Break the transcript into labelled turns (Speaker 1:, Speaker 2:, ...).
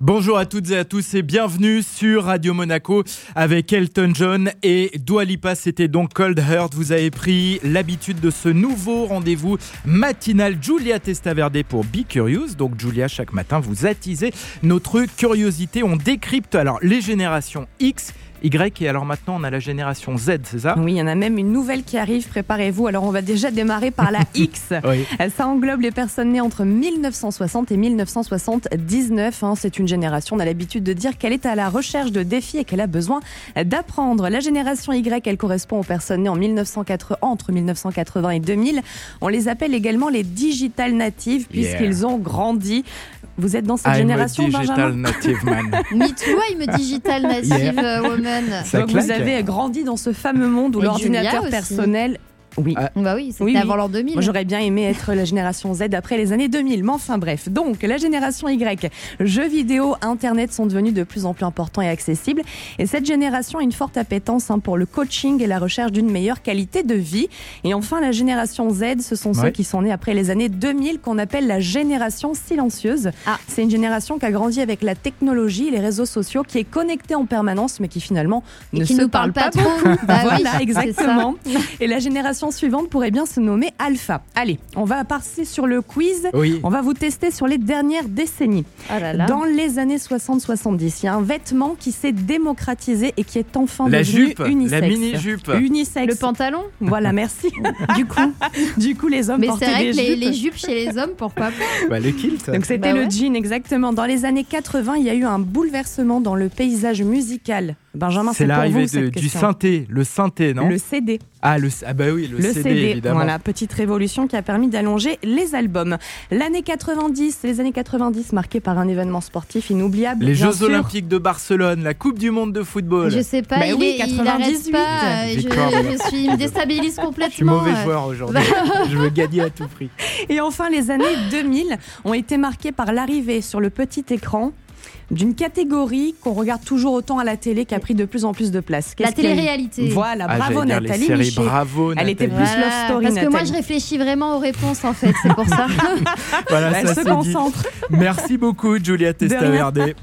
Speaker 1: Bonjour à toutes et à tous et bienvenue sur Radio Monaco avec Elton John et Dua Lipa. C'était donc Cold Heart. Vous avez pris l'habitude de ce nouveau rendez-vous matinal. Julia Testaverde pour Be Curious. Donc Julia, chaque matin, vous attisez notre curiosité. On décrypte alors les générations X. Y et alors maintenant on a la génération Z, c'est ça
Speaker 2: Ah Oui, il y en a même une nouvelle qui arrive, préparez-vous. Alors on va déjà démarrer par la X.
Speaker 1: Oui.
Speaker 2: Ça englobe les personnes nées entre 1960 et 1979. hein. C'est une génération, on a l'habitude de dire qu'elle est à la recherche de défis et qu'elle a besoin d'apprendre. La génération Y, elle correspond aux personnes nées en 1980, entre 1980 et 2000. On les appelle également les digital natives
Speaker 1: Yeah.
Speaker 2: puisqu'ils ont grandi. Vous êtes dans cette
Speaker 1: I'm a
Speaker 2: génération,
Speaker 1: digital
Speaker 2: Benjamin
Speaker 1: native man.
Speaker 3: Me too, I'm a digital native euh, woman.
Speaker 1: Ça
Speaker 2: Donc
Speaker 1: claque.
Speaker 2: vous avez grandi dans ce fameux monde où
Speaker 3: Et
Speaker 2: l'ordinateur
Speaker 3: Julia aussi.
Speaker 2: personnel... Oui,
Speaker 1: Ah,
Speaker 3: Bah oui, c'était
Speaker 2: Oui, oui.
Speaker 3: avant l'an 2000.
Speaker 2: Moi, j'aurais bien aimé être la génération Z après les années 2000, mais enfin bref. Donc, la génération Y, jeux vidéo, Internet sont devenus de plus en plus importants et accessibles. Et cette génération a une forte appétence hein, pour le coaching et la recherche d'une meilleure qualité de vie. Et enfin, la génération Z, ce sont ceux
Speaker 1: Ouais.
Speaker 2: qui sont nés après les années 2000 qu'on appelle la génération silencieuse.
Speaker 3: Ah.
Speaker 2: C'est une génération qui a grandi avec la technologie, et les réseaux sociaux, qui est connectée en permanence, mais qui finalement
Speaker 3: Et
Speaker 2: ne
Speaker 3: qui
Speaker 2: se
Speaker 3: nous
Speaker 2: parle
Speaker 3: parle
Speaker 2: pas
Speaker 3: pas trop. Bah oui,
Speaker 2: voilà,
Speaker 3: c'est ça.
Speaker 2: exactement. Et la génération suivante pourrait bien se nommer Alpha. Allez, on va passer sur le quiz.
Speaker 1: Oui.
Speaker 2: On va vous tester sur les dernières décennies.
Speaker 3: Oh là là.
Speaker 2: Dans les années 60-70, il y a un vêtement qui s'est démocratisé et qui est enfin
Speaker 1: La
Speaker 2: devenu
Speaker 1: jupe,
Speaker 2: unisexe.
Speaker 1: la mini-jupe.
Speaker 2: Unisexe.
Speaker 3: Le pantalon
Speaker 2: Voilà, merci. du coup, du coup, les hommes
Speaker 3: Mais
Speaker 2: portaient
Speaker 3: c'est
Speaker 2: des
Speaker 3: vrai que les,
Speaker 2: jupes.
Speaker 3: les jupes chez les hommes, pourquoi pas
Speaker 1: Bah, le kilt.
Speaker 2: Donc c'était
Speaker 3: Bah
Speaker 2: le
Speaker 3: ouais.
Speaker 2: jean exactement. Dans les années 80, il y a eu un bouleversement dans le paysage musical. Benjamin,
Speaker 1: C'est
Speaker 2: c'est pour vous
Speaker 1: l'arrivée de-
Speaker 2: cette
Speaker 1: du
Speaker 2: question.
Speaker 1: synthé, le synthé, non
Speaker 2: le CD.
Speaker 1: Ah, le, ah bah oui, le,
Speaker 2: le
Speaker 1: CD,
Speaker 2: CD,
Speaker 1: évidemment.
Speaker 2: voilà, petite révolution qui a permis d'allonger les albums. L'année 90, les années 90 marquées par un événement sportif inoubliable.
Speaker 1: Les
Speaker 2: bien
Speaker 1: Jeux
Speaker 2: sûr.
Speaker 1: Olympiques de Barcelone, la Coupe du Monde de football.
Speaker 3: Je sais pas,
Speaker 2: Bah
Speaker 3: il,
Speaker 2: oui,
Speaker 3: est, il arrête
Speaker 2: 98.
Speaker 3: pas. euh,
Speaker 1: J'ai
Speaker 3: je,
Speaker 1: peur de-
Speaker 3: je suis, il me déstabilise complètement.
Speaker 1: Je suis mauvais
Speaker 3: euh.
Speaker 1: joueur aujourd'hui.
Speaker 2: Bah,
Speaker 1: je veux gagner à tout prix.
Speaker 2: Et enfin, les années 2000 ont été marquées par l'arrivée sur le petit écran d'une catégorie qu'on regarde toujours autant à la télé qui a pris de plus en plus de place.
Speaker 3: La
Speaker 2: Qu'est-ce qu'il y a eu
Speaker 3: télé-réalité.
Speaker 2: Voilà,
Speaker 1: Ah,
Speaker 2: bravo
Speaker 1: j'allais dire
Speaker 2: Nathalie
Speaker 1: les séries,
Speaker 2: Miché.
Speaker 1: bravo
Speaker 2: Elle
Speaker 1: Nathalie.
Speaker 2: était plus
Speaker 3: Voilà,
Speaker 2: Love Story,
Speaker 3: parce que moi
Speaker 2: Nathalie.
Speaker 3: je réfléchis vraiment aux réponses en fait, c'est pour ça.
Speaker 1: Voilà,
Speaker 2: Elle
Speaker 1: ça
Speaker 2: se
Speaker 1: c'est dit.
Speaker 2: concentre.
Speaker 1: Merci beaucoup Julia
Speaker 2: rien.
Speaker 1: Testaverde.